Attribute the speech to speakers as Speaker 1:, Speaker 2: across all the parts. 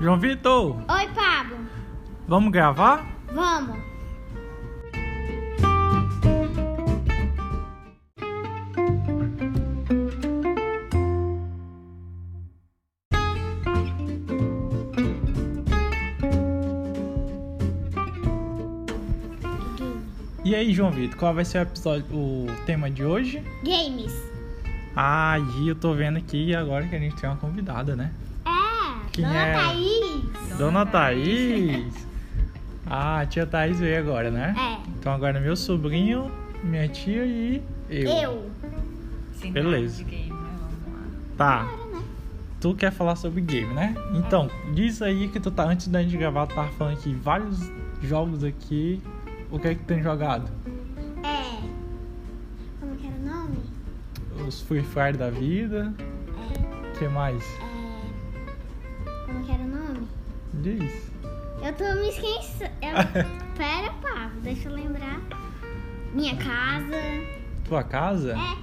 Speaker 1: João Vitor,
Speaker 2: Oi, Pablo.
Speaker 1: vamos gravar?
Speaker 2: Vamos.
Speaker 1: E aí, João Vitor, qual vai ser o episódio, o tema de hoje?
Speaker 2: Games.
Speaker 1: Ah, e eu tô vendo aqui agora que a gente tem uma convidada, né?
Speaker 2: É.
Speaker 1: Quem
Speaker 2: Dona
Speaker 1: é?
Speaker 2: Thaís.
Speaker 1: Dona Thaís! Ah, a tia Thaís veio agora, né?
Speaker 2: É.
Speaker 1: Então agora meu sobrinho, minha tia e eu.
Speaker 2: Eu.
Speaker 3: Sem
Speaker 1: Beleza.
Speaker 3: nada de game, mas vamos lá.
Speaker 1: Tá.
Speaker 2: né?
Speaker 1: Tu quer falar sobre game, né? Então, diz aí que tu tá antes da gente gravar, tu tava falando aqui vários jogos aqui. O que é que tu tem jogado?
Speaker 2: É. Como que era o nome?
Speaker 1: Os Free Fire da vida. O que mais?
Speaker 2: É. Como que era o nome?
Speaker 1: Diz.
Speaker 2: Eu tô me esquecendo. Eu... Pera, Pablo, deixa eu lembrar. Minha casa.
Speaker 1: Tua casa?
Speaker 2: É.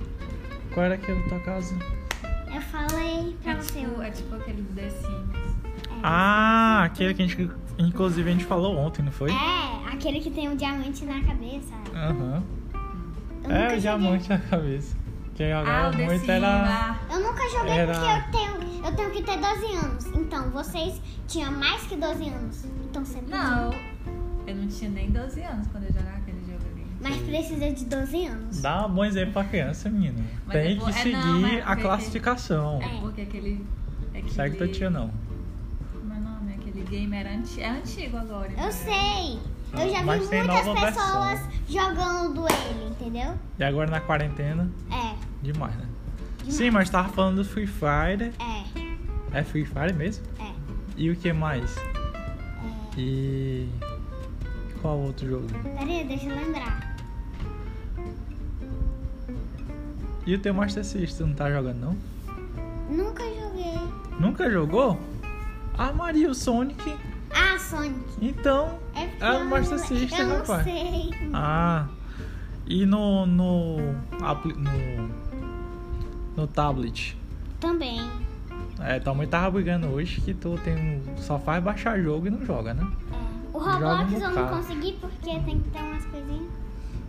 Speaker 1: Qual era aquela tua casa?
Speaker 2: Eu falei pra
Speaker 3: É
Speaker 2: você.
Speaker 3: tipo, é tipo aquele do The Sims.
Speaker 1: Ah, aquele que a gente. Inclusive a gente falou ontem, não foi?
Speaker 2: É, aquele que tem um diamante na cabeça.
Speaker 1: Aham.
Speaker 2: Eu nunca
Speaker 1: É, o
Speaker 2: joguei.
Speaker 1: diamante na cabeça. Quem
Speaker 3: Ah, o
Speaker 1: jogava
Speaker 3: The
Speaker 1: muito
Speaker 3: Sims.
Speaker 1: era.
Speaker 3: ah.
Speaker 2: Eu nunca joguei
Speaker 1: Era-
Speaker 2: porque eu tenho, eu tenho que ter 12 anos. Então, vocês tinham mais que 12 anos. Então, você podia.
Speaker 3: Não, eu não tinha nem 12 anos quando eu jogava aquele jogo ali.
Speaker 2: Mas precisa de 12 anos.
Speaker 1: Dá um bom exemplo pra criança, menina.
Speaker 3: Mas
Speaker 1: Tem
Speaker 3: eu
Speaker 1: que
Speaker 3: vou- é,
Speaker 1: seguir
Speaker 3: não, mas
Speaker 1: a
Speaker 3: porque-
Speaker 1: classificação.
Speaker 3: É porque aquele. aquele
Speaker 1: Segue tua tia, não.
Speaker 3: Como é o nome? Aquele game era anti... é antigo agora.
Speaker 2: Eu sei. Eu já
Speaker 1: Mas
Speaker 2: vi
Speaker 1: tem
Speaker 2: muitas
Speaker 1: nova
Speaker 2: pessoas jogando ele, entendeu?
Speaker 1: E agora na quarentena,
Speaker 2: É,
Speaker 1: demais, né? Sim, mas tava falando do Free Fire.
Speaker 2: é,
Speaker 1: É Free Fire mesmo?
Speaker 2: é.
Speaker 1: E o que mais? E. Qual outro jogo?
Speaker 2: Peraí, deixa eu lembrar.
Speaker 1: E o teu Master System, não tá jogando, não?
Speaker 2: Nunca joguei.
Speaker 1: Nunca jogou? Ah, Maria, o Sonic.
Speaker 2: Ah, Sonic.
Speaker 1: Então.
Speaker 2: É porque
Speaker 1: Ah,
Speaker 2: eu não
Speaker 1: Master
Speaker 2: lembro-
Speaker 1: System,
Speaker 2: Eu não
Speaker 1: rapaz.
Speaker 2: sei.
Speaker 1: Ah. E no. No. apli- No, no tablet.
Speaker 2: Também.
Speaker 1: É, tua mãe tava brigando hoje que tu tem um- só faz baixar jogo e não joga, né?
Speaker 2: É. O
Speaker 1: Joga
Speaker 2: Roblox
Speaker 1: no
Speaker 2: eu não
Speaker 1: carro.
Speaker 2: consegui porque tem que ter umas coisinhas.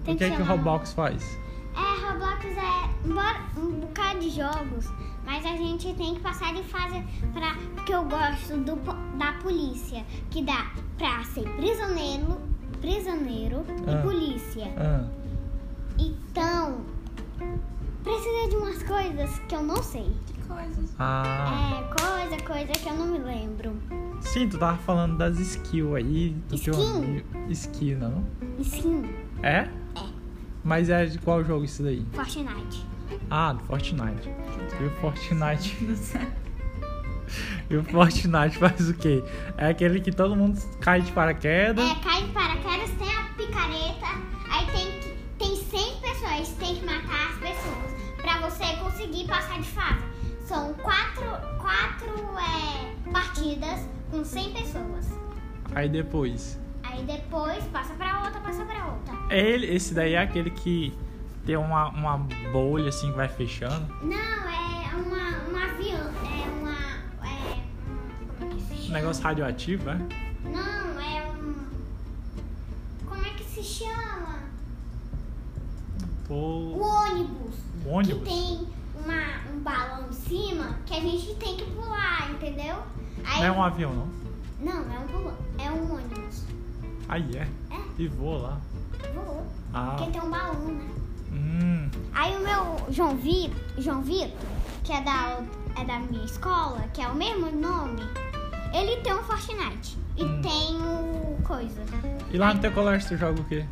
Speaker 2: Tem
Speaker 1: o que é que o
Speaker 2: chamar um-
Speaker 1: Roblox faz?
Speaker 2: É, Roblox é embora- um bocado de jogos, mas a gente tem que passar de fase pra que eu gosto do, po- da polícia, que dá pra ser prisioneiro, prisioneiro
Speaker 1: Ah.
Speaker 2: e polícia.
Speaker 1: Ah,
Speaker 2: Então, precisa de umas coisas que eu não sei.
Speaker 3: Que coisas.
Speaker 1: ah.
Speaker 2: É, coisa, coisa que eu não me lembro.
Speaker 1: Sim, tu tava falando das skills aí. Do teu
Speaker 2: Skill?
Speaker 1: amigo. Skill, não?
Speaker 2: E sim,
Speaker 1: É? É. Mas é de qual jogo isso daí?
Speaker 2: Fortnite.
Speaker 1: Ah, do Fortnite. E o Fortnite.
Speaker 3: Não sabe.
Speaker 1: E o Fortnite faz o quê? É aquele que todo mundo cai de paraquedas.
Speaker 2: É, cai de paraquedas, tem a picareta, aí tem que, tem 100 pessoas, tem que matar as pessoas pra você conseguir passar de fase. São quatro, quatro é, partidas com 100 pessoas.
Speaker 1: Aí depois.
Speaker 2: Aí depois passa pra outra, passa pra outra.
Speaker 1: É ele, esse daí é aquele que tem uma, uma bolha assim que vai fechando.
Speaker 2: Não, é uma, um avião, é uma, é, hum, como é que se
Speaker 1: Um
Speaker 2: chama?
Speaker 1: negócio radioativo, é?
Speaker 2: Não, é um, como é que se chama? O
Speaker 1: Pô,
Speaker 2: ônibus.
Speaker 1: o
Speaker 2: que
Speaker 1: ônibus.
Speaker 2: tem uma, um balão em cima que a gente tem que pular, entendeu? Aí,
Speaker 1: Não é um avião, não.
Speaker 2: não, é um balão, é um ônibus.
Speaker 1: Aí é.
Speaker 2: É.
Speaker 1: E voa lá.
Speaker 2: Voou,
Speaker 1: Ah.
Speaker 2: porque tem um balão, né?
Speaker 1: Hum.
Speaker 2: Aí o meu João Vitor, João Vitor, que é da, o- é da minha escola, que é o mesmo nome, ele tem um Fortnite e
Speaker 1: Hum.
Speaker 2: tem o coisa.
Speaker 1: E lá no teu colégio tu joga o quê?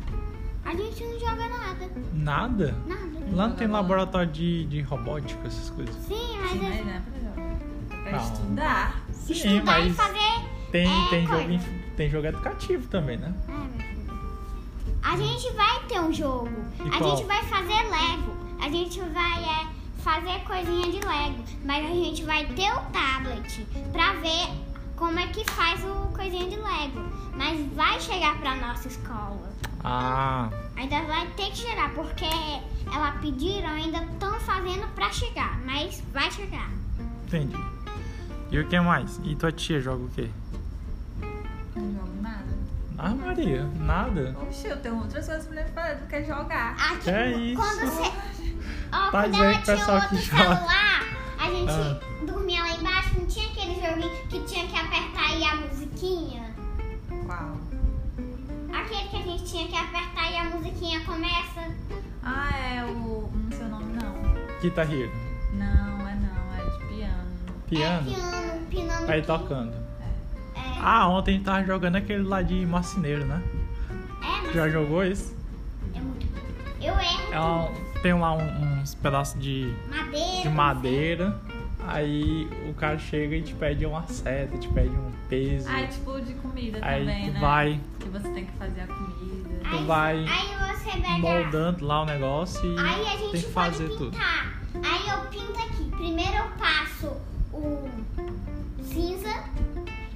Speaker 2: A gente não joga nada,
Speaker 1: Nada?
Speaker 2: nada.
Speaker 1: Lá não tem laboratório de, de robótica, essas coisas.
Speaker 2: Sim, mas
Speaker 3: Sim,
Speaker 2: é
Speaker 3: mas não é pra jogar. É pra
Speaker 1: Não.
Speaker 3: estudar.
Speaker 1: Sim,
Speaker 2: estudar e
Speaker 1: mas
Speaker 2: fazer
Speaker 1: tem,
Speaker 2: é,
Speaker 1: tem, jogo,
Speaker 2: coisa.
Speaker 1: inf- tem jogo educativo também, né?
Speaker 2: É, meu filho. A gente vai ter um jogo.
Speaker 1: E
Speaker 2: a
Speaker 1: qual?
Speaker 2: gente vai fazer Lego. A gente vai é, fazer coisinha de Lego. Mas a gente vai ter o tablet pra ver como é que faz o coisinha de Lego. Mas vai chegar pra nossa escola.
Speaker 1: Ah.
Speaker 2: Ainda vai ter que chegar, porque ela pediram, ainda estão fazendo pra chegar. Mas vai chegar.
Speaker 1: Entendi. E o que mais? E tua tia joga o quê? Ah, Maria, nada.
Speaker 3: Oxe, eu tenho outras coisas pra me fazer do que jogar.
Speaker 2: Aqui,
Speaker 1: É isso.
Speaker 2: Ah, tipo, quando você. Ó,
Speaker 1: Tá
Speaker 2: quando
Speaker 1: dizendo
Speaker 2: ela
Speaker 1: que o
Speaker 2: tinha
Speaker 1: pessoal que
Speaker 2: outro
Speaker 1: joga.
Speaker 2: celular, a gente
Speaker 1: Ah.
Speaker 2: dormia lá embaixo, não tinha aquele joguinho que tinha que apertar e a musiquinha.
Speaker 3: Qual?
Speaker 2: Aquele que a gente tinha que apertar e a musiquinha começa.
Speaker 3: Ah, é o. Não sei o nome, não.
Speaker 1: Guitar Hero,
Speaker 3: Não, é não, é de piano.
Speaker 1: piano,
Speaker 2: É piano, pinando.
Speaker 1: aí
Speaker 2: que-
Speaker 1: tocando.
Speaker 2: É,
Speaker 1: Ah, ontem a gente tava jogando aquele lá de marceneiro, né?
Speaker 2: é, mas
Speaker 1: Já jogou isso?
Speaker 2: é muito. Eu erro.
Speaker 1: É um- tem lá um- uns pedaços de,
Speaker 2: Madeira.
Speaker 1: de madeira, aí o cara chega e te pede uma seta, te pede um peso,
Speaker 3: Ah, é tipo de comida também,
Speaker 1: aí tu
Speaker 3: né?
Speaker 1: vai,
Speaker 3: Que você tem que fazer a comida.
Speaker 1: tu vai
Speaker 2: Aí você pega.
Speaker 1: moldando lá o negócio e
Speaker 2: Aí a gente
Speaker 1: tem que
Speaker 2: pode
Speaker 1: fazer tudo.
Speaker 2: pintar. Aí eu pinto aqui. Primeiro eu passo o cinza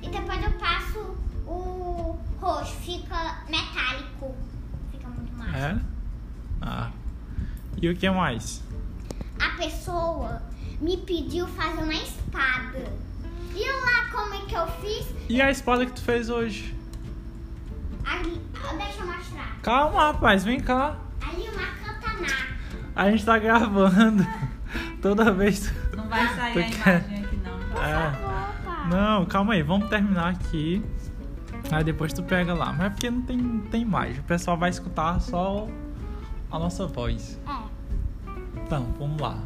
Speaker 2: e depois eu passo o roxo. Fica metálico. Fica muito massa.
Speaker 1: É? Ah. E o que mais?
Speaker 2: A pessoa me pediu fazer uma espada. E eu lá como é que eu fiz?
Speaker 1: E a espada que tu fez hoje?
Speaker 2: Ali, ah, deixa eu mostrar.
Speaker 1: Calma, rapaz, vem cá.
Speaker 2: Ali uma katana.
Speaker 1: A gente tá gravando. Toda vez.
Speaker 3: Não vai sair a
Speaker 1: Tu quer-
Speaker 3: imagem aqui, não.
Speaker 1: É.
Speaker 2: Opa.
Speaker 1: Não, calma aí, vamos terminar aqui. Aí depois tu pega lá. Mas é porque não tem, não tem mais. O pessoal vai escutar só a nossa voz.
Speaker 2: É.
Speaker 1: Então, vamos lá.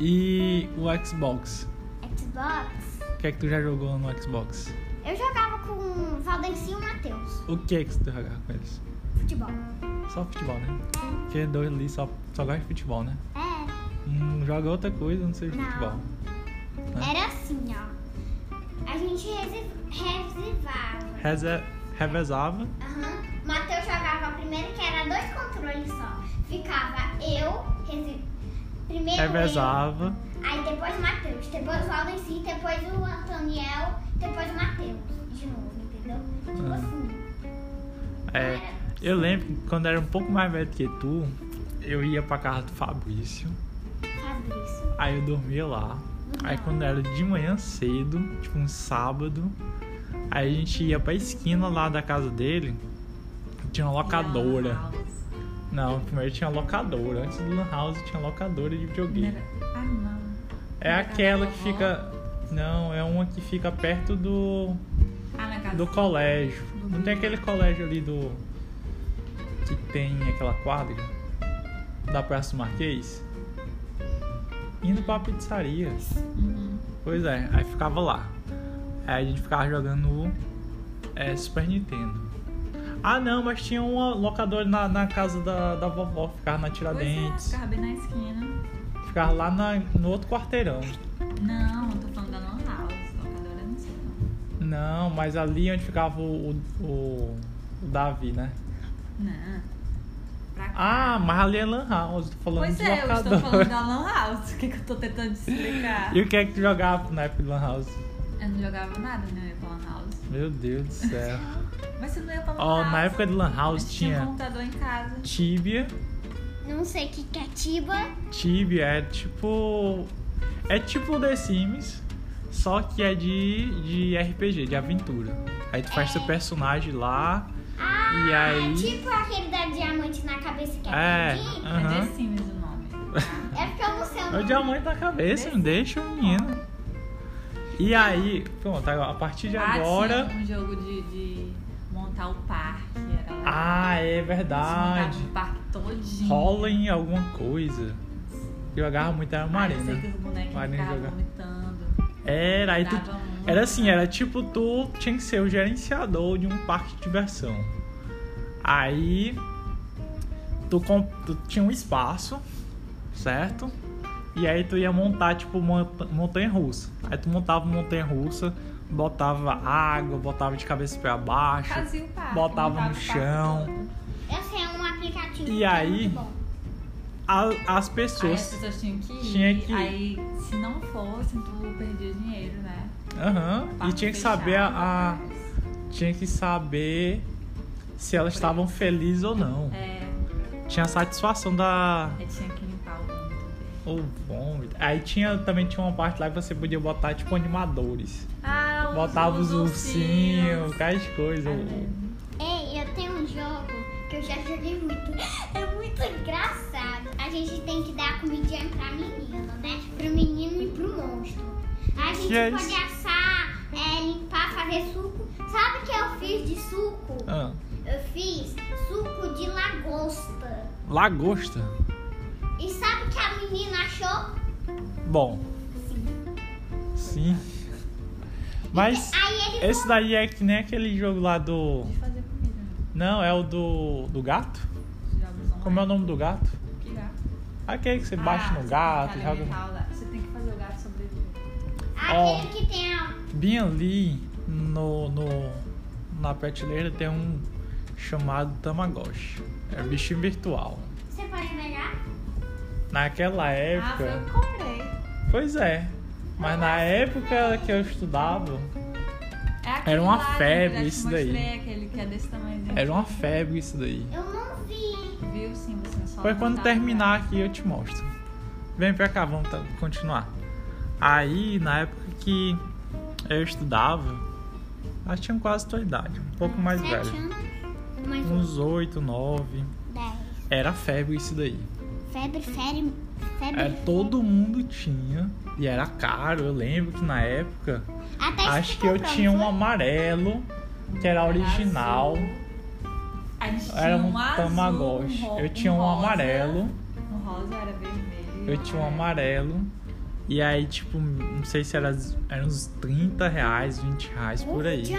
Speaker 1: E o Xbox?
Speaker 2: É, Xbox.
Speaker 1: O que é que tu já jogou no Xbox?
Speaker 2: Eu jogava com o Valdencinho e o Matheus.
Speaker 1: O que é que tu jogava com eles?
Speaker 2: Futebol.
Speaker 1: Só futebol, né? Porque dois ali só, só gosta de futebol, né?
Speaker 2: É.
Speaker 1: Hum, joga outra coisa, não sei
Speaker 2: Não.
Speaker 1: futebol.
Speaker 2: Era assim, ó. A gente resi- reservava.
Speaker 1: Reze- revezava.
Speaker 2: Aham. O Matheus jogava primeiro, que era dois controles só. Ficava eu, resi- primeiro
Speaker 1: Revezava.
Speaker 2: eu, aí depois o Matheus, depois o Valdeci, depois o Antoniel, depois o Matheus. De novo, entendeu? Tipo
Speaker 1: Ah.
Speaker 2: assim.
Speaker 1: É,
Speaker 2: Era-
Speaker 1: eu lembro que quando eu era um pouco mais velho que tu, eu ia pra casa do Fabrício,
Speaker 2: Fabrício.
Speaker 1: aí eu dormia lá. Aí quando era de manhã cedo, tipo um sábado, aí a gente ia pra esquina lá da casa dele, tinha uma locadora. Não, primeiro tinha locadora. Antes do Lan House tinha locadora de videogame.
Speaker 3: Ah, não.
Speaker 1: É aquela que fica. Não, é uma que fica perto do.
Speaker 3: Ah, na casa
Speaker 1: do colégio. Não tem aquele colégio ali do. que tem aquela quadra? Da Praça do Marquês? Indo pra pizzaria.
Speaker 3: Uhum.
Speaker 1: Pois é, aí ficava lá. Aí a gente ficava jogando é, Super Nintendo. Ah não, mas tinha uma locadora na, na casa da, da vovó, ficava na
Speaker 3: Pois é,
Speaker 1: Tiradentes.
Speaker 3: ficava bem na esquina.
Speaker 1: Ficava lá na- no outro quarteirão.
Speaker 3: Não, eu tô falando da Lan House. Locadora não sei não.
Speaker 1: Não, mas ali onde ficava o, o, o- o Davi, né?
Speaker 3: Não. Pra cá.
Speaker 1: Ah, mas ali é Lan House, tô falando
Speaker 3: pois
Speaker 1: de
Speaker 3: é, eu
Speaker 1: locadora.
Speaker 3: estou falando da Lan House. O que, que eu tô tentando te explicar?
Speaker 1: E o que é que tu jogava na época de Lan House?
Speaker 3: Eu não jogava nada na minha Lan House.
Speaker 1: Meu Deus do céu.
Speaker 3: Mas você não ia pra Lan
Speaker 1: Ó,
Speaker 3: House.
Speaker 1: na época de Lan
Speaker 3: A
Speaker 1: House
Speaker 3: gente tinha um
Speaker 1: tinha
Speaker 3: computador em casa.
Speaker 1: Tibia.
Speaker 2: Não sei o que que é Tiba.
Speaker 1: Tibia é tipo. É tipo o The Sims, só que é de, de RPG, de aventura. Aí tu
Speaker 3: É.
Speaker 1: faz seu personagem lá
Speaker 3: Ah,
Speaker 1: e
Speaker 2: É
Speaker 1: aí.
Speaker 2: tipo aquele da diamante na cabeça que
Speaker 1: É.
Speaker 2: é, pequenininho.
Speaker 3: É
Speaker 1: Aham.
Speaker 3: The Sims o nome.
Speaker 2: É porque eu não sei o
Speaker 1: É o
Speaker 2: nome.
Speaker 1: diamante na cabeça, me deixa, menino. E aí, pronto, agora, a partir de
Speaker 3: Ah,
Speaker 1: agora.
Speaker 3: tinha um jogo de, de montar o parque. Era lá.
Speaker 1: Ah, é verdade.
Speaker 3: o parque todinho.
Speaker 1: Rola em alguma coisa. Eu agarrava muito era uma
Speaker 3: Ah, eu sei
Speaker 1: arena.
Speaker 3: que os bonequinhos
Speaker 1: Marina
Speaker 3: ficavam
Speaker 1: jogar.
Speaker 3: vomitando.
Speaker 1: Era, aí tu,
Speaker 3: Dava um muito.
Speaker 1: era assim, era tipo, tu tinha que ser o gerenciador de um parque de diversão. Aí tu, com- tu tinha um espaço, certo? E aí tu ia montar, tipo, monta- montanha russa. Aí tu montava montanha russa, botava água, botava de cabeça pra baixo.
Speaker 3: Fazia o parque.
Speaker 1: Botava
Speaker 3: montava
Speaker 1: no
Speaker 3: o parque
Speaker 1: chão.
Speaker 3: todo.
Speaker 2: Eu sei um aplicativo.
Speaker 1: E
Speaker 2: que é
Speaker 1: aí,
Speaker 2: muito bom.
Speaker 1: A- as
Speaker 3: Aí é as
Speaker 1: pessoas.
Speaker 3: pessoas tinham que ir.
Speaker 1: Tinha que ir.
Speaker 3: Aí, se não fosse, tu perdia dinheiro, né?
Speaker 1: Aham. E
Speaker 3: Parque
Speaker 1: tinha que
Speaker 3: fechado, né?
Speaker 1: saber a- a
Speaker 3: mas-
Speaker 1: tinha que saber se elas estavam felizes ou não.
Speaker 3: É,
Speaker 1: Tinha a satisfação da
Speaker 3: aí tinha que limpar o mundo dele.
Speaker 1: o vômito. Aí tinha também tinha uma parte lá que você podia botar tipo animadores.
Speaker 3: Ah, os-
Speaker 1: Botava os ursinhos,
Speaker 3: ursinhos.
Speaker 1: cada coisa.
Speaker 3: É mesmo.
Speaker 2: Ei, um ri muito. É muito engraçado. A gente tem que dar comidinha pra menino, né? Pro menino e pro monstro. A gente
Speaker 1: é
Speaker 2: pode
Speaker 1: isso?
Speaker 2: assar, é, limpar, fazer suco. Sabe o que eu fiz de suco?
Speaker 1: Ah,
Speaker 2: Eu fiz suco de lagosta.
Speaker 1: lagosta.
Speaker 2: E sabe o que a menina achou?
Speaker 1: Bom. Sim. Mas
Speaker 2: Aí ele
Speaker 1: esse daí é que nem aquele jogo lá do.
Speaker 3: De fazer comida. né?
Speaker 1: Não, é o do. do gato?
Speaker 3: Jogos online.
Speaker 1: Como é o nome do gato?
Speaker 3: Que gato?
Speaker 1: Aquele que você bate
Speaker 3: Ah,
Speaker 1: no
Speaker 3: você
Speaker 1: gato,
Speaker 3: tem que
Speaker 1: joga. um-
Speaker 3: alimentar o gato. Você tem que fazer o gato sobreviver.
Speaker 1: ó.
Speaker 2: Aquele que tem a.
Speaker 1: Bem ali no, no- na prateleira tem um chamado Tamagotchi. É bichinho virtual.
Speaker 2: Você pode melhorar?
Speaker 1: Naquela
Speaker 3: Ah, foi eu
Speaker 1: época.
Speaker 3: que comprei.
Speaker 1: Pois é. Mas na época que eu estudava,
Speaker 3: É aquele
Speaker 1: Era uma
Speaker 3: lá que eu
Speaker 1: febre
Speaker 3: já te
Speaker 1: isso daí.
Speaker 3: mostrei, Aquele que é desse tamanhozinho.
Speaker 1: era uma febre isso daí.
Speaker 2: Eu não vi.
Speaker 3: Viu sim, você só
Speaker 1: Foi
Speaker 3: não
Speaker 1: quando
Speaker 3: tá
Speaker 1: terminar aqui eu te mostro. Vem pra cá, vamos tá- continuar. Aí, na época que eu estudava, acho que tinha quase tua idade, um pouco mais
Speaker 2: Sete né?
Speaker 1: velho.
Speaker 2: anos. Mais um.
Speaker 1: Uns 8, 9.
Speaker 2: Dez.
Speaker 1: Era febre isso daí.
Speaker 2: Febre, febre, febre.
Speaker 1: É, todo mundo tinha. E era caro, eu lembro que na época.
Speaker 2: Até
Speaker 1: Acho que eu tinha um amarelo, que era original.
Speaker 3: Azul. A gente tinha
Speaker 1: Era um
Speaker 3: azul,
Speaker 1: Tamagotchi.
Speaker 3: ro-
Speaker 1: Eu tinha um
Speaker 3: rosa.
Speaker 1: amarelo.
Speaker 3: Um rosa era vermelho. É.
Speaker 1: Eu tinha um amarelo. E aí, tipo, não sei se era, eram uns 30 reais, 20 reais por aí.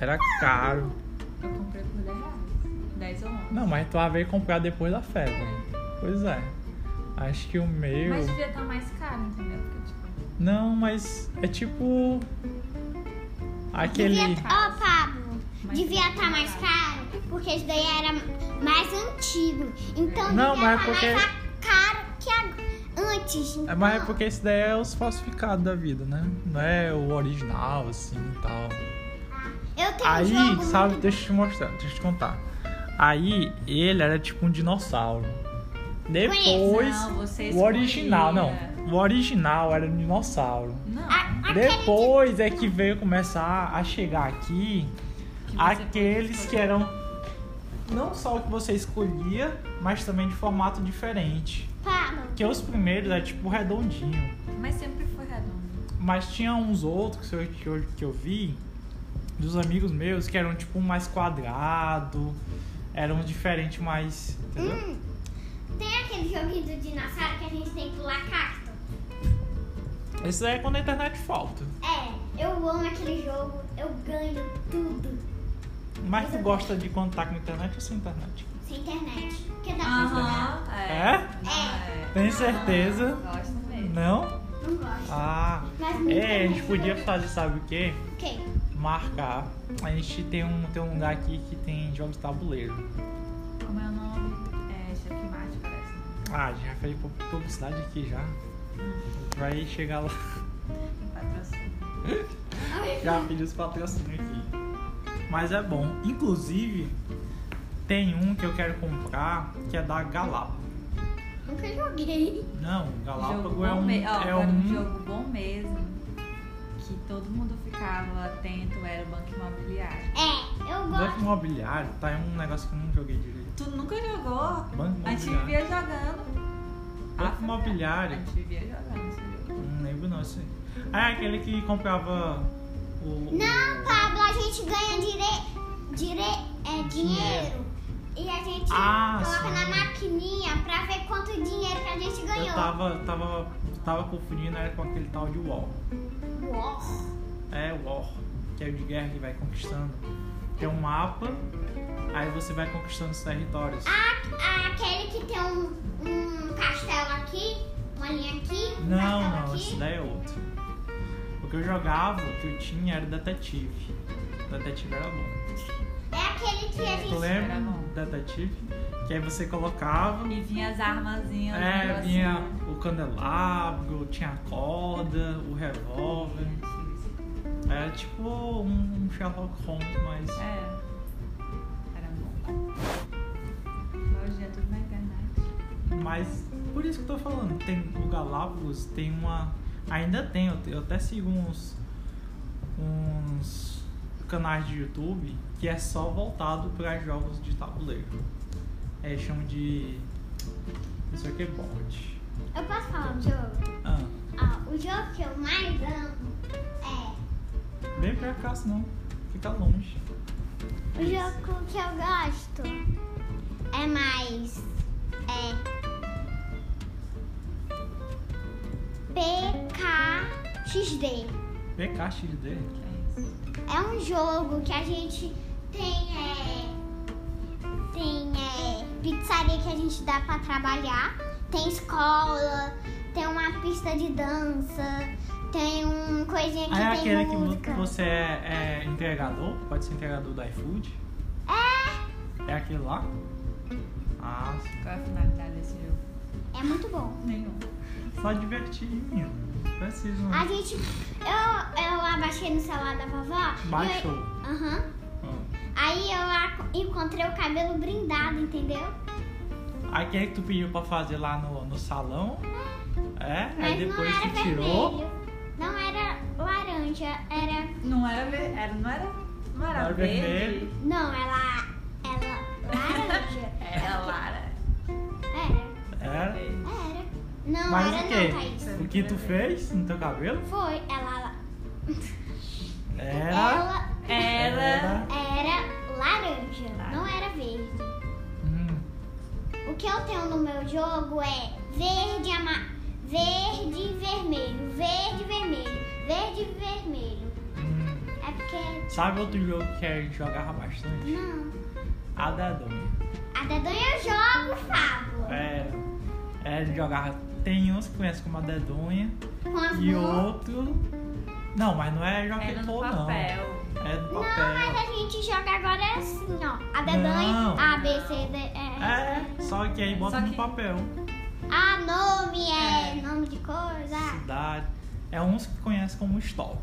Speaker 1: Era caro.
Speaker 3: Eu comprei por 10 reais. 10 ou 11.
Speaker 1: Não, mas tu vai ver comprar depois da febre. Pois é. Acho que o meu.
Speaker 3: Mas devia estar mais caro, entendeu? Porque, tipo,
Speaker 1: Não, mas é tipo. Aquele.
Speaker 2: Devia... Ó, Pablo,
Speaker 3: Mas
Speaker 2: devia
Speaker 3: tem
Speaker 2: estar
Speaker 3: que
Speaker 2: mais
Speaker 3: comprar.
Speaker 2: caro, porque isso daí era mais antigo. Então
Speaker 1: Não,
Speaker 2: devia
Speaker 1: mas
Speaker 2: estar
Speaker 1: porque-
Speaker 2: mais a- caro que a- antes.
Speaker 1: É, mas é
Speaker 2: então.
Speaker 1: porque esse daí é os falsificados da vida, né? Não é o original, assim e tal.
Speaker 2: Eu tenho um
Speaker 1: Aí,
Speaker 2: jogo
Speaker 1: sabe,
Speaker 2: muito
Speaker 1: deixa eu te mostrar, deixa eu te contar. Aí, ele era tipo um dinossauro. Depois,
Speaker 3: Não, você
Speaker 1: o
Speaker 3: escolhia.
Speaker 1: original, não. O original era um dinossauro.
Speaker 3: Não.
Speaker 1: Ah,
Speaker 2: A- aquele de-
Speaker 1: Depois é que veio começar a chegar aqui
Speaker 3: que você
Speaker 1: aqueles
Speaker 3: pode
Speaker 1: que eram não só o que você escolhia, mas também de formato diferente.
Speaker 2: Pablo,
Speaker 1: Porque os primeiros é tipo redondinho.
Speaker 3: escolher. Mas sempre foi redondo.
Speaker 1: Mas tinha uns outros que eu, que eu, que eu vi dos amigos meus que eram tipo um mais quadrado, eram diferente mais. Entendeu?
Speaker 2: tem aquele joguinho do dinossauro que a gente tem que pular cacto?
Speaker 1: Esse daí é quando a internet falta.
Speaker 2: É, eu amo aquele jogo, eu ganho tudo.
Speaker 1: Mas tu gosta de quando tá com internet ou sem internet?
Speaker 2: Sem internet. Porque dá pra
Speaker 3: Aham, é.
Speaker 1: É?
Speaker 3: Ah,
Speaker 1: Tem certeza?
Speaker 3: Ah, Gosto mesmo.
Speaker 1: Não?
Speaker 2: jogar. Não gosto.
Speaker 1: Ah.
Speaker 2: Mas muito
Speaker 1: É, a gente
Speaker 2: bom.
Speaker 1: podia fazer, sabe o quê?
Speaker 2: O quê?
Speaker 1: Marcar. A gente tem um, tem um lugar aqui que tem jogos de tabuleiro.
Speaker 3: Como é o nome? É Checkmate, parece. né?
Speaker 1: Ah, já fez pu- publicidade aqui já. Vai chegar lá.
Speaker 3: Tem patrocínio.
Speaker 1: Já pediu os patrocínios aqui. Mas é bom. Inclusive, tem um que eu quero comprar que é da Galápago.
Speaker 2: Nunca joguei.
Speaker 1: Não,
Speaker 3: Jogo
Speaker 1: Galápago
Speaker 3: bom
Speaker 1: é um.
Speaker 3: me- ó,
Speaker 1: é
Speaker 3: agora um
Speaker 1: um
Speaker 3: jogo bom mesmo. Que todo mundo ficava atento, era o banco imobiliário.
Speaker 2: É, eu
Speaker 1: banco
Speaker 2: gosto.
Speaker 1: imobiliário, tá? É um negócio que eu não joguei direito.
Speaker 3: Tu nunca jogou?
Speaker 1: Banco
Speaker 3: A gente
Speaker 1: imobiliário.
Speaker 3: vivia jogando.
Speaker 1: Banco
Speaker 3: A
Speaker 1: imobiliário.
Speaker 3: gente vivia jogando esse jogo.
Speaker 1: Não lembro não isso aí. Ah, é aquele que comprava o.
Speaker 2: Não, Pablo, a gente ganha dire... Dire... É, dinheiro. E a gente
Speaker 1: Ah,
Speaker 2: coloca
Speaker 1: sim.
Speaker 2: na maquininha pra ver quanto dinheiro que a gente
Speaker 1: Eu
Speaker 2: ganhou.
Speaker 1: tava, tava, tava confundindo era com aquele tal de War.
Speaker 2: Uó.
Speaker 1: É War, que é o de guerra que vai conquistando. Tem um mapa, aí você vai conquistando os territórios.
Speaker 2: A- Aquele que tem um, um castelo aqui, uma linha aqui, um
Speaker 1: Não,
Speaker 2: castelo
Speaker 1: não,
Speaker 2: aqui.
Speaker 1: esse daí é outro. O que eu jogava, o que eu tinha era detetive. Detetive era bom.
Speaker 2: É aquele que a
Speaker 1: Tu
Speaker 2: gente...
Speaker 1: lembra?
Speaker 3: era bom.
Speaker 1: Detetive? Que aí você colocava.
Speaker 3: E vinha um assim. as armazinhas.
Speaker 1: É,
Speaker 3: os
Speaker 1: vinha
Speaker 3: negocinhos.
Speaker 1: o candelabro, tinha a corda, o revólver. Era tipo um Sherlock Holmes, mas.
Speaker 3: É. Era bom. Hoje é tudo na internet.
Speaker 1: Mas por isso que eu tô falando, tem o Galápagos tem uma. Ainda tem, eu, eu até sigo uns. uns canais de YouTube que é só voltado pra jogos de tabuleiro. É, chama de. Não sei o que é bot.
Speaker 2: Eu posso falar um jogo?
Speaker 1: Ah,
Speaker 2: Ó, o jogo que eu mais amo é.
Speaker 1: vem pra cá, senão fica longe.
Speaker 2: O jogo que eu gosto é mais. É. PKXD.
Speaker 1: PKXD?
Speaker 3: É isso.
Speaker 2: É um jogo que a gente tem. É, tem é, pizzaria que a gente dá pra trabalhar, tem escola, tem uma pista de dança, tem um coisinha que
Speaker 1: Ah, é
Speaker 2: tem
Speaker 1: aquele que
Speaker 2: música.
Speaker 1: vo- você é, é entregador? Pode ser entregador do iFood? É! É aquele lá? Ah, sim.
Speaker 3: Qual é a finalidade desse jogo?
Speaker 2: É muito bom.
Speaker 3: Nenhum.
Speaker 1: só divertir, menino. Não precisa. né? não.
Speaker 2: A gente. Eu, eu abaixei no celular da vovó.
Speaker 1: Baixou.
Speaker 2: e eu- Aham.
Speaker 1: Ah.
Speaker 2: Aí eu a- encontrei o cabelo brindado, entendeu?
Speaker 1: Aquele é que tu pediu pra fazer lá no, no salão? É,
Speaker 2: Mas
Speaker 1: aí depois
Speaker 2: não era
Speaker 1: tu tirou.
Speaker 2: vermelho. Não era laranja, era.
Speaker 3: Não era, ver... era, não era, não era,
Speaker 1: Era
Speaker 3: verde.
Speaker 1: vermelho.
Speaker 2: Não, ela. Ela. Laranja.
Speaker 3: Era Lara.
Speaker 2: Era.
Speaker 1: Era.
Speaker 2: Era. Não,
Speaker 1: Mas
Speaker 2: era
Speaker 1: o
Speaker 2: não, Thaís.
Speaker 3: Sim.
Speaker 1: quê? O que tu fez no teu cabelo?
Speaker 2: Foi. Ela.
Speaker 1: Era.
Speaker 3: Era.
Speaker 2: Ela era laranja. Não era verde.
Speaker 1: Hum.
Speaker 2: O que eu tenho no meu jogo é verde, ama... verde e vermelho, verde e vermelho, verde e vermelho.
Speaker 1: hum.
Speaker 2: É porque.
Speaker 1: Sabe outro jogo que a gente jogava bastante?
Speaker 2: Não.
Speaker 1: A Dadonha.
Speaker 2: A dedonha eu jogo, Fábio.
Speaker 1: É, é, ele jogava. Tem uns que conhece como a Dedonha
Speaker 2: Com as
Speaker 1: e
Speaker 2: mãos.
Speaker 1: outro. Não, mas não é
Speaker 3: Era no
Speaker 1: joquetô, não. É
Speaker 3: papel.
Speaker 1: do
Speaker 2: Não, mas a
Speaker 1: papel.
Speaker 2: gente joga agora assim, ó. A dedonha.
Speaker 1: Não.
Speaker 2: A, B, C, D, E.
Speaker 1: É, só que aí bota
Speaker 3: Só
Speaker 1: no
Speaker 3: que-
Speaker 1: papel.
Speaker 2: Ah, nome é,
Speaker 3: É.
Speaker 2: nome de coisa.
Speaker 1: Cidade. É uns que conhece como stop.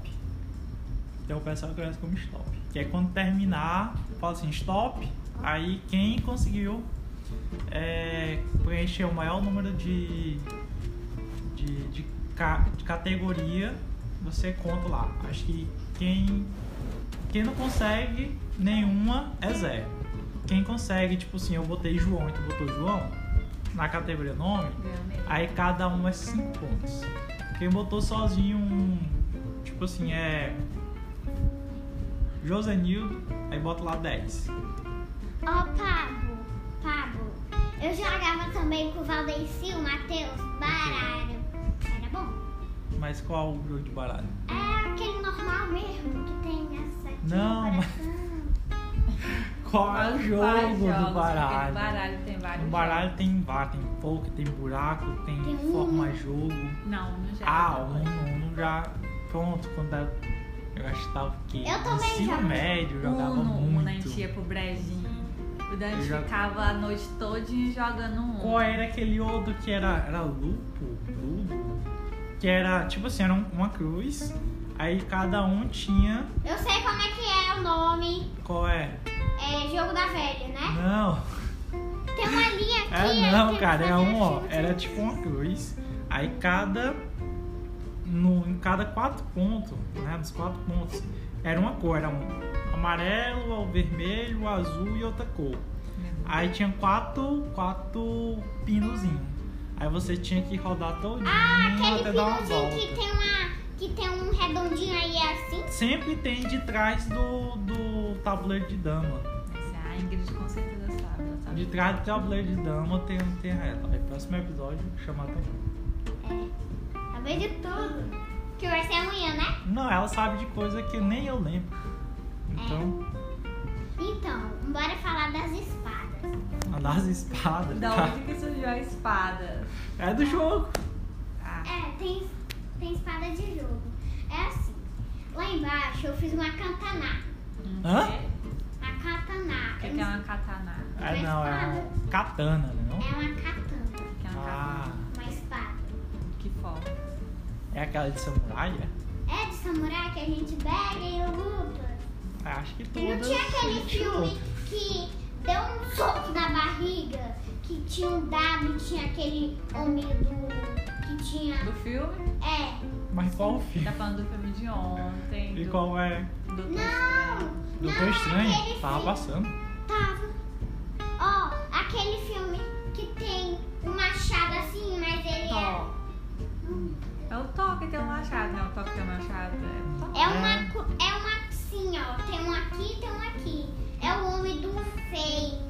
Speaker 1: Tem o pessoal que conhece como stop. Que é quando terminar, fala assim, stop. Aí quem conseguiu é, preencher o maior número de, de, de, ca- de categoria, você conta lá. Acho que quem, quem não consegue nenhuma é zero. Quem consegue, tipo assim, eu botei João e tu botou João na categoria nome,
Speaker 3: Ganhou mesmo.
Speaker 1: Aí cada um é 5 pontos. Quem botou sozinho um. Tipo assim, é. Josenildo, aí bota lá 10.
Speaker 2: Ó, Pablo, Pablo, eu jogava também com o Valdencio, o Matheus, baralho. Era bom.
Speaker 1: Mas qual o jogo de baralho?
Speaker 2: É aquele normal mesmo que tem essa aqui.
Speaker 1: Não,
Speaker 2: no
Speaker 1: mas-
Speaker 2: coração.
Speaker 1: Qual é o
Speaker 3: Vários-
Speaker 1: jogo
Speaker 3: vários
Speaker 1: do
Speaker 3: jogos, porque
Speaker 1: baralho?
Speaker 3: No baralho tem vários.
Speaker 1: No baralho tem VAR, tem poker, tem buraco, tem
Speaker 2: Tem um.
Speaker 1: forma jogo.
Speaker 3: jogos. Não, não já.
Speaker 1: Ah, o Uno, Uno já. Pronto, quando eu eu acho que tava o quê?
Speaker 2: Eu também
Speaker 1: Ensino
Speaker 2: jogava.
Speaker 1: médio, eu jogava
Speaker 3: Uno, Uno, a
Speaker 1: muito.
Speaker 3: gente ia pro brejinho. O
Speaker 1: Eu
Speaker 3: Dante
Speaker 1: já-
Speaker 3: ficava a noite todinha jogando um.
Speaker 2: Hum.
Speaker 1: Qual era aquele outro que era, era lupo? Ludo? Que era, tipo assim, era um- uma cruz. Aí cada um tinha.
Speaker 2: Eu sei como é que é o nome.
Speaker 1: Qual é?
Speaker 2: É jogo da velha, né?
Speaker 1: Não,
Speaker 2: Tem uma linha aqui. aí
Speaker 1: é
Speaker 2: tem
Speaker 1: não,
Speaker 2: que
Speaker 1: cara,
Speaker 2: fazer
Speaker 1: era um, ó.
Speaker 2: assim,
Speaker 1: Era
Speaker 2: assim.
Speaker 1: tipo uma cruz. Aí cada. No, em cada quatro pontos, né? Nos quatro pontos, era uma cor, era um amarelo, o vermelho, o azul e outra cor. Aí tinha quatro, quatro pinozinhos. Aí você tinha que rodar todinho
Speaker 2: Ah, Aquele
Speaker 1: até dar uma
Speaker 2: pinozinho
Speaker 1: volta.
Speaker 2: que tem uma. que tem um redondinho aí assim.
Speaker 1: Sempre tem de trás do, do tabuleiro de dama.
Speaker 3: Mas é, a Ingrid com certeza sabe. Ela sabe.
Speaker 1: De trás do tabuleiro de dama tem, tem ela. Aí, próximo episódio, chama até.
Speaker 2: Saber de É, tá tudo. Que vai ser amanhã, né?
Speaker 1: Não, ela sabe de coisa que nem eu lembro. Então,
Speaker 2: Então, bora falar das espadas.
Speaker 1: a das espadas.
Speaker 3: Da
Speaker 1: tá?
Speaker 3: onde que surgiu a espada?
Speaker 1: É do jogo.
Speaker 3: Ah,
Speaker 2: É, tem, tem espada de jogo. É assim. Lá embaixo eu fiz uma katana.
Speaker 1: Hã?
Speaker 2: Uma katana.
Speaker 3: O que que é uma katana?
Speaker 1: É, não, é uma katana, né? Não?
Speaker 2: É uma katana.
Speaker 3: O que é uma
Speaker 1: Ah,
Speaker 3: katana?
Speaker 2: Uma espada.
Speaker 3: Que forma?
Speaker 1: é aquela de samurai?
Speaker 2: É de samurai que a gente pega e luta.
Speaker 1: É, acho que
Speaker 2: E não
Speaker 1: todas.
Speaker 2: tinha aquele filme que deu um soco na barriga, que tinha um dado e tinha aquele homem do. que tinha.
Speaker 3: Do filme?
Speaker 2: É.
Speaker 1: Mas qual o filme?
Speaker 3: Tá falando do filme de ontem.
Speaker 1: E
Speaker 3: do-
Speaker 1: qual é?
Speaker 3: do Doutor
Speaker 2: Não!
Speaker 3: Estranho.
Speaker 2: Não, é
Speaker 1: Doutor Estranho?
Speaker 2: aquele
Speaker 1: Tava
Speaker 2: filme.
Speaker 1: passando.
Speaker 2: Tava. Ó, aquele filme um assim, é
Speaker 3: É né?
Speaker 2: É
Speaker 1: É.
Speaker 2: um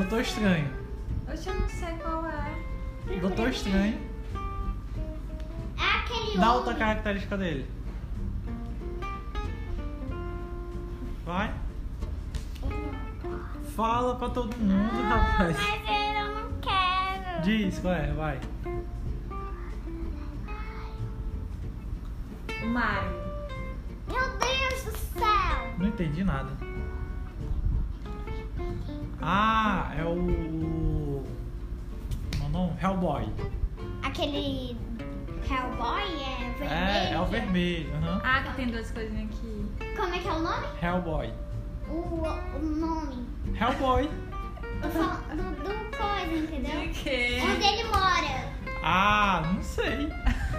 Speaker 2: É
Speaker 1: Estranho.
Speaker 3: Oxe, eu não sei qual é.
Speaker 1: Doutor Estranho.
Speaker 2: É aquele
Speaker 1: Dá
Speaker 2: homem.
Speaker 1: outra característica dele. Vai. Fala pra todo mundo,
Speaker 2: Não,
Speaker 1: Hum, rapaz.
Speaker 2: Ah, mas eu não quero.
Speaker 1: Diz, vai, vai.
Speaker 3: O Mario.
Speaker 2: Meu Deus do céu.
Speaker 1: Não entendi nada. Ah, é o. Não, não, Hellboy.
Speaker 2: Aquele Hellboy é vermelho.
Speaker 1: É, é o vermelho. aham.
Speaker 3: Ah, que tem duas coisinhas aqui.
Speaker 2: Como é que é o nome?
Speaker 1: Hellboy.
Speaker 2: O, o nome.
Speaker 1: Hellboy.
Speaker 2: Tô falando do, do coisa, entendeu?
Speaker 3: De quê?
Speaker 2: Onde ele mora.
Speaker 1: Ah, não sei.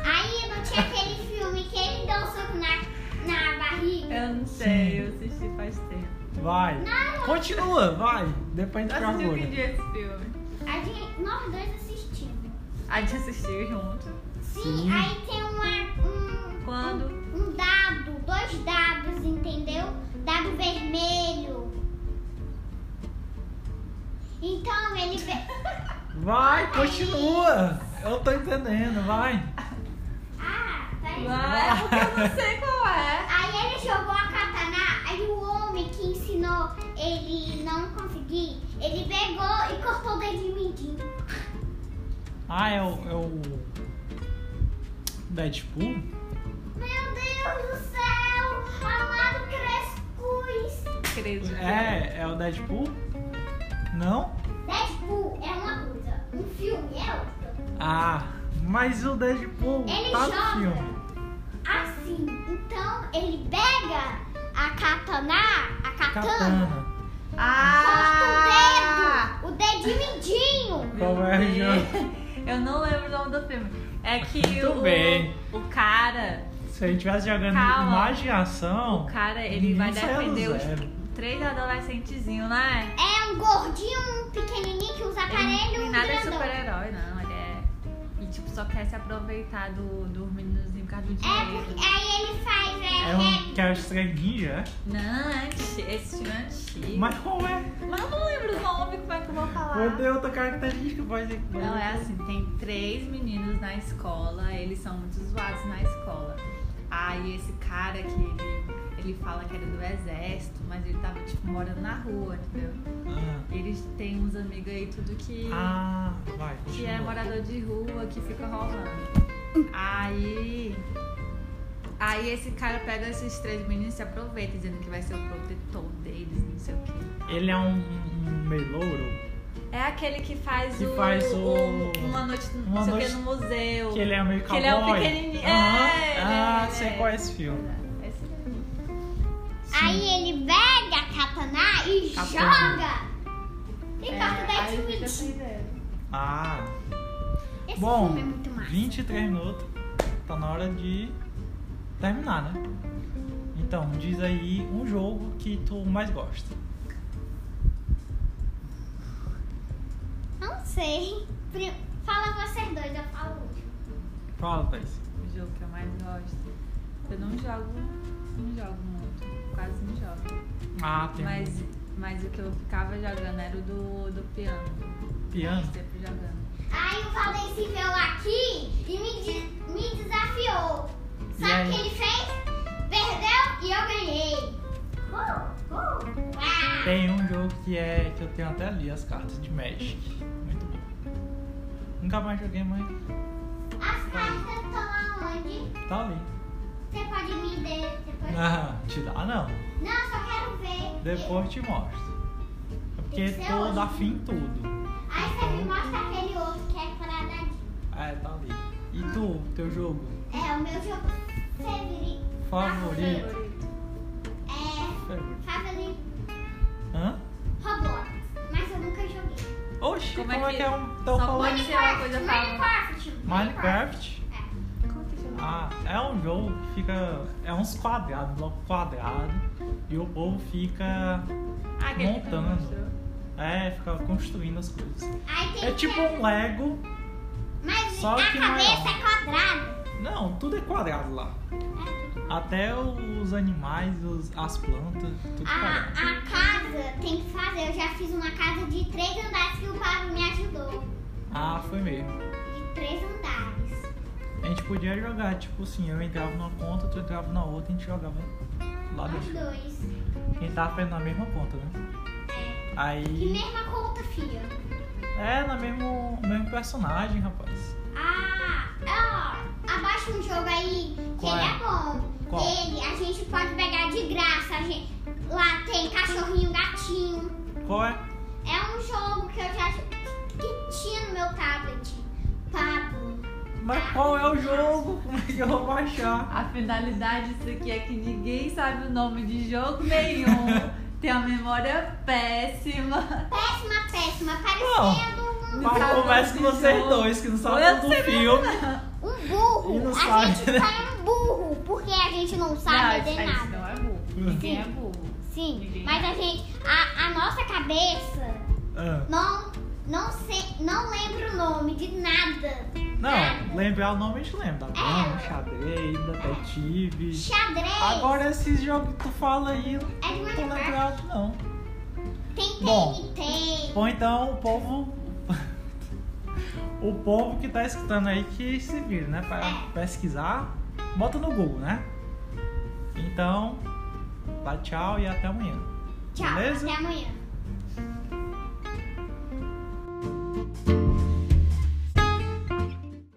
Speaker 2: Aí não tinha aquele filme que ele deu um soco na, na barriga.
Speaker 3: Eu não sei, eu assisti faz tempo.
Speaker 1: Vai.
Speaker 2: Não.
Speaker 1: Continua, vai. Depois a gente
Speaker 3: Assisti o
Speaker 1: procura.
Speaker 3: que dia esse filme?
Speaker 2: A gente, nós dois assistimos.
Speaker 3: A gente assistiu junto.
Speaker 2: Sim,
Speaker 1: Sim.
Speaker 2: aí tem uma, um,
Speaker 3: Quando?
Speaker 2: um dado, dois dados, entendeu? Dado vermelho. Então ele vê.
Speaker 1: Vai, continua. Eu tô entendendo, vai.
Speaker 2: Ah, peraí.
Speaker 3: Vai, porque eu não sei qual é.
Speaker 2: Aí ele jogou a katana, aí o homem que ensinou ele não conseguir, ele pegou e cortou o dedinho mindinho.
Speaker 1: Ah, é o. É o... Deadpool?
Speaker 2: Meu Deus do céu! Amado Crescuz!
Speaker 3: Acredito.
Speaker 1: É, é o Deadpool? Não?
Speaker 2: Deadpool é uma coisa, um filme é outra.
Speaker 1: Ah, mas o Deadpool
Speaker 2: Ele
Speaker 1: tá
Speaker 2: joga.
Speaker 1: no filme.
Speaker 2: Assim, então ele pega a katana, a
Speaker 1: tá
Speaker 2: katana,
Speaker 1: Katana.
Speaker 3: Ah!
Speaker 2: corta o dedo, o dedinho mindinho.
Speaker 3: Meu
Speaker 1: Como é,
Speaker 3: Deus.
Speaker 1: João?
Speaker 3: Eu não lembro o nome do filme. É que
Speaker 1: Muito
Speaker 3: o,
Speaker 1: bem.
Speaker 3: o cara,
Speaker 1: Se a gente tivesse jogando
Speaker 3: Calma.
Speaker 1: imaginação.
Speaker 3: o cara, ele vai
Speaker 1: Isso é do
Speaker 3: defender os
Speaker 1: zero.
Speaker 3: três adolescentezinhos, né?
Speaker 2: É um gordinho, um pequenininho que usa aparelho
Speaker 3: Ele
Speaker 2: e um
Speaker 3: nada é
Speaker 2: grandão.
Speaker 3: super-herói, não. Ele é. E tipo, só quer se aproveitar do, do meninozinho por causa do
Speaker 2: É,
Speaker 3: dinheiro.
Speaker 2: porque aí ele faz é,
Speaker 1: É um que é o Estranho Ninja,
Speaker 3: Não, é anti- esse filme é antigo.
Speaker 1: é? Mas qual é?
Speaker 3: Mas eu não lembro o nome, como é que eu vou falar?
Speaker 1: Meu Deus, outra característica, vai dizer que
Speaker 3: Não, é assim, tem três meninos na escola, eles são muito zoados na escola. Aí esse cara que ele, ele fala que era do exército, mas ele tava tipo morando na rua, entendeu? Eles têm uns amigos aí tudo que,
Speaker 1: Ah, vai.
Speaker 3: que é
Speaker 1: continua.
Speaker 3: morador de rua, que fica rolando. Aí. Aí esse cara pega esses três meninos e se aproveita, dizendo que vai ser o protetor deles, não sei o quê.
Speaker 1: Ele é um, um meio louro,
Speaker 3: É aquele que faz
Speaker 1: Que
Speaker 3: o. um,
Speaker 1: faz o-
Speaker 3: Uma noite,
Speaker 1: Uma
Speaker 3: não sei o
Speaker 1: noite-
Speaker 3: quê, no museu.
Speaker 1: que ele é meio
Speaker 3: Que
Speaker 1: cowboy.
Speaker 3: ele é um pequenininho. É, ele
Speaker 1: Aham. Ah,
Speaker 3: é-
Speaker 1: sei qual é esse filme.
Speaker 3: Esse mesmo.
Speaker 2: Aí ele pega a katana e
Speaker 1: Katana.
Speaker 2: joga. E
Speaker 3: É,
Speaker 2: corta
Speaker 3: aí
Speaker 2: o
Speaker 3: fica assim.
Speaker 2: dedinho
Speaker 3: sem
Speaker 2: Esse
Speaker 3: ideia.
Speaker 1: Ah, bom,
Speaker 2: filme é muito massa.
Speaker 1: 23 minutos. Tá na hora de terminar, né? Então, diz aí um jogo que tu mais gosta.
Speaker 2: Não sei. Pri- Fala vocês dois, eu falo o último.
Speaker 1: Fala, Thaís.
Speaker 3: O jogo que eu mais gosto. Eu não jogo. Não jogo muito. Quase não jogo.
Speaker 1: Ah, tem
Speaker 3: Mas, mas o que eu ficava jogando era o do, do piano.
Speaker 1: um piano.
Speaker 3: Sempre jogando.
Speaker 2: Aí o Valdeci veio aqui e me, de- me desafiou.
Speaker 1: E
Speaker 2: Sabe
Speaker 1: aí?
Speaker 2: o que ele fez? Perdeu e eu ganhei. Uh, uh, uau.
Speaker 1: Tem um jogo que é que eu tenho até ali as cartas de Magic. Muito bom. Nunca mais joguei, mas
Speaker 2: As cartas estão aonde?
Speaker 1: tá ali.
Speaker 2: Você pode me dar? Você pode...
Speaker 1: Ah, te dá não.
Speaker 2: Não, eu só quero ver.
Speaker 1: Depois te mostro. É
Speaker 2: Tem
Speaker 1: porque
Speaker 2: que ser
Speaker 1: tô
Speaker 2: hoje.
Speaker 1: da fim em tudo.
Speaker 2: Aí você me mostra aquele outro que é paradadinho.
Speaker 1: É, tá ali. E tu, teu jogo
Speaker 2: É, o meu jogo favori-
Speaker 1: favorito?
Speaker 3: Favorito.
Speaker 2: é
Speaker 1: Favorito.
Speaker 2: favorito
Speaker 1: Hã?
Speaker 2: Roblox, mas eu nunca joguei.
Speaker 1: Oxi,
Speaker 3: Como
Speaker 1: como,
Speaker 3: é
Speaker 1: é
Speaker 3: que-
Speaker 1: que é um teu
Speaker 3: só
Speaker 1: favorito?
Speaker 3: Pode ser uma coisa
Speaker 2: Minecraft.
Speaker 1: Minecraft?
Speaker 2: É.
Speaker 3: Como que chama?
Speaker 1: Ah, é um jogo que fica. É uns quadrados, bloco quadrado. E o povo fica.
Speaker 3: Ah, aquele que tu me
Speaker 1: Montando.
Speaker 3: mostrou.
Speaker 1: É, fica construindo as coisas.
Speaker 2: Aí tem
Speaker 1: É
Speaker 2: que
Speaker 1: tipo
Speaker 2: ter-
Speaker 1: um Lego,
Speaker 2: mas
Speaker 1: só
Speaker 2: a
Speaker 1: que
Speaker 2: cabeça
Speaker 1: maior.
Speaker 2: é quadrada.
Speaker 1: Não, tudo é quadrado lá. Até os animais, os- as plantas, tudo
Speaker 3: Ah,
Speaker 2: A,
Speaker 1: quadrado.
Speaker 2: a casa tem que fazer. Eu já fiz uma casa de três andares que o Pablo me ajudou.
Speaker 1: Ah, foi mesmo.
Speaker 2: De três andares.
Speaker 1: A gente podia jogar, tipo assim, eu entrava numa conta, tu entrava na outra, a gente jogava lá
Speaker 2: Nós
Speaker 1: dentro.
Speaker 2: dois.
Speaker 1: A gente tava fazendo na mesma conta, né?
Speaker 2: E
Speaker 1: Aí.
Speaker 2: mesma conta, filha.
Speaker 1: É, na mesmo, mesmo personagem, rapaz.
Speaker 2: Ah, ó, abaixa um jogo aí que
Speaker 1: Qual
Speaker 2: ele
Speaker 1: é?
Speaker 2: é bom.
Speaker 1: Qual?
Speaker 2: Ele a gente pode pegar de graça. A gente, lá tem cachorrinho, gatinho.
Speaker 1: Qual é?
Speaker 2: É um jogo que eu já que tinha no meu tablet. Pablo.
Speaker 1: Mas qual é o jogo? Como é que eu vou baixar?
Speaker 3: A finalidade disso aqui é que ninguém sabe o nome de jogo nenhum. Tem a memória péssima.
Speaker 2: Péssima, péssima,
Speaker 1: Não.
Speaker 2: parecendo um-
Speaker 3: Não sabe o
Speaker 1: Começa com
Speaker 3: nome do
Speaker 1: vocês
Speaker 3: jogo.
Speaker 1: dois, que não
Speaker 3: Eu
Speaker 1: sabem
Speaker 3: não
Speaker 1: do filme.
Speaker 2: um
Speaker 1: Ele não
Speaker 2: burro. A
Speaker 1: sabe,
Speaker 2: gente
Speaker 1: né?
Speaker 2: sai um burro, porque a gente não sabe
Speaker 3: não,
Speaker 2: de
Speaker 3: isso- isso
Speaker 2: nada.
Speaker 3: não é burro. Ninguém é
Speaker 2: Sim.
Speaker 3: burro.
Speaker 2: Sim,
Speaker 3: Ninguém
Speaker 2: mas a
Speaker 3: sabe.
Speaker 2: gente. A, a nossa cabeça
Speaker 1: Ah.
Speaker 2: não, não, sei, não lembra o nome de nada.
Speaker 1: Não, lembrar o nome a gente lembra. Da dama,
Speaker 2: É.
Speaker 1: tá xadrez, detetive.
Speaker 2: Xadrez.
Speaker 1: Agora esses jogos que tu fala aí, eu
Speaker 2: É de
Speaker 1: não tô
Speaker 2: Minecraft.
Speaker 1: lembrado, não.
Speaker 2: Tem
Speaker 1: Bom.
Speaker 2: TNT.
Speaker 1: Bom, então o povo. o povo que tá escutando aí que se vira, né? Pra
Speaker 2: É.
Speaker 1: pesquisar, bota no Google, né? Então, tá, tchau e até amanhã.
Speaker 2: Tchau,
Speaker 1: Beleza?
Speaker 2: até amanhã.